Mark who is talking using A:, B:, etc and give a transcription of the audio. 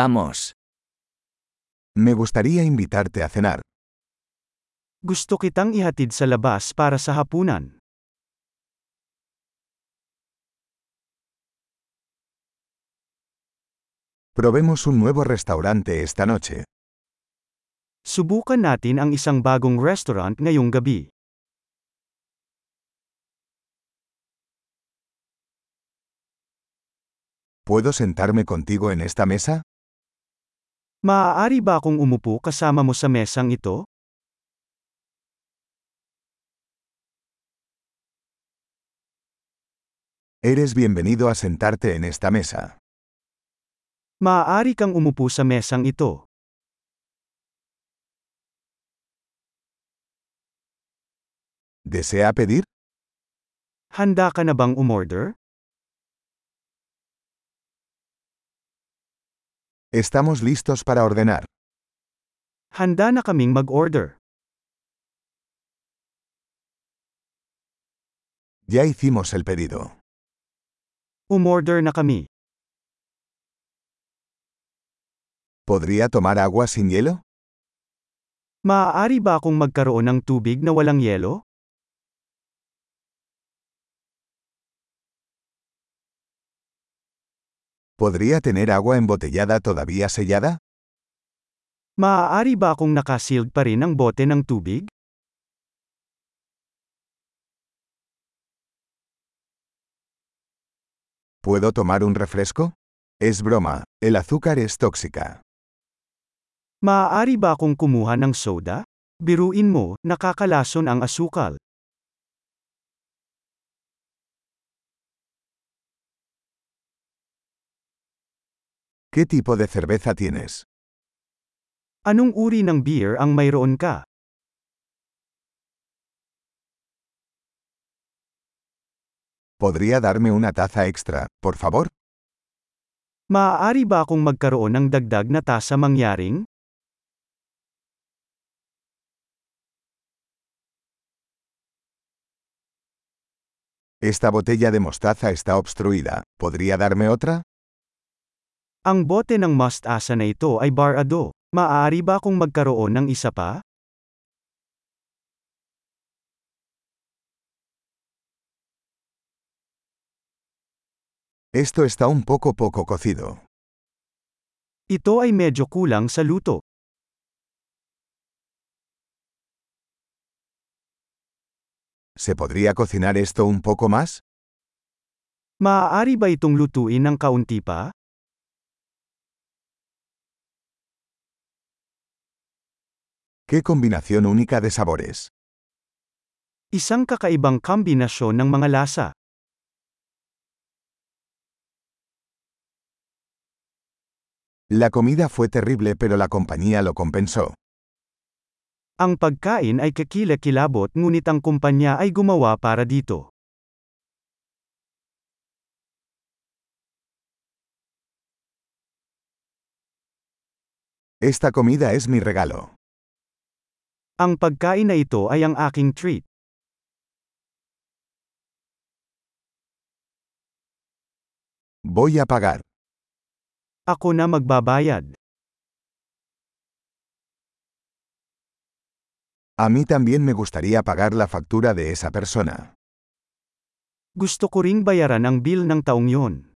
A: Vamos.
B: Me gustaría invitarte a cenar.
C: Gusto kitang ihatid sa labas para sa hapunan.
B: Probemos un nuevo restaurante esta noche.
C: Subukan natin ang isang bagong restaurant ngayong gabi.
B: ¿Puedo sentarme contigo en esta mesa?
C: Maaari ba akong umupo kasama mo sa mesang ito?
B: Eres bienvenido a sentarte en esta mesa.
C: Maaari kang umupo sa mesang ito.
B: ¿Desea pedir?
C: Handa ka na bang umorder?
B: Estamos listos para ordenar.
C: Handa na kaming mag-order.
B: Ya hicimos el pedido.
C: Umorder na kami.
B: ¿Podría tomar agua sin hielo?
C: Maaari ba akong magkaroon ng tubig na walang yelo?
B: ¿Podría tener agua embotellada todavía sellada?
C: Maaari ba akong nakasealed pa rin ang bote ng tubig?
B: ¿Puedo tomar un refresco? Es broma, el azúcar es tóxica.
C: Maaari ba akong kumuha ng soda? Biruin mo, nakakalason ang asukal.
B: ¿Qué tipo de cerveza tienes?
C: Anong uri ng beer ang mayroon ka?
B: ¿Podría darme una taza extra, por favor?
C: Maaari ba akong magkaroon ng dagdag na tasa mangyaring?
B: Esta botella de mostaza está obstruida. ¿Podría darme otra?
C: Ang bote ng mustasa na ito ay barado. Maaari ba akong magkaroon ng isa pa?
B: Esto está un poco poco cocido.
C: Ito ay medyo kulang sa luto.
B: ¿Se podría cocinar esto un poco más?
C: Maaari ba itong lutuin ng kaunti pa?
B: ¡Qué combinación única de sabores!
C: Isang kakaibang kombinasyon ng mga lasa.
B: La comida fue terrible pero la compañía lo compensó.
C: Ang pagkain ay kakilakilabot ngunit ang kumpanya ay gumawa para dito.
B: Esta comida es mi regalo.
C: Ang pagkain na ito ay ang aking treat.
B: Voy a pagar.
C: Ako na magbabayad.
B: A mí también me gustaría pagar la factura de esa persona.
C: Gusto ko ring bayaran ang bill ng taong yon.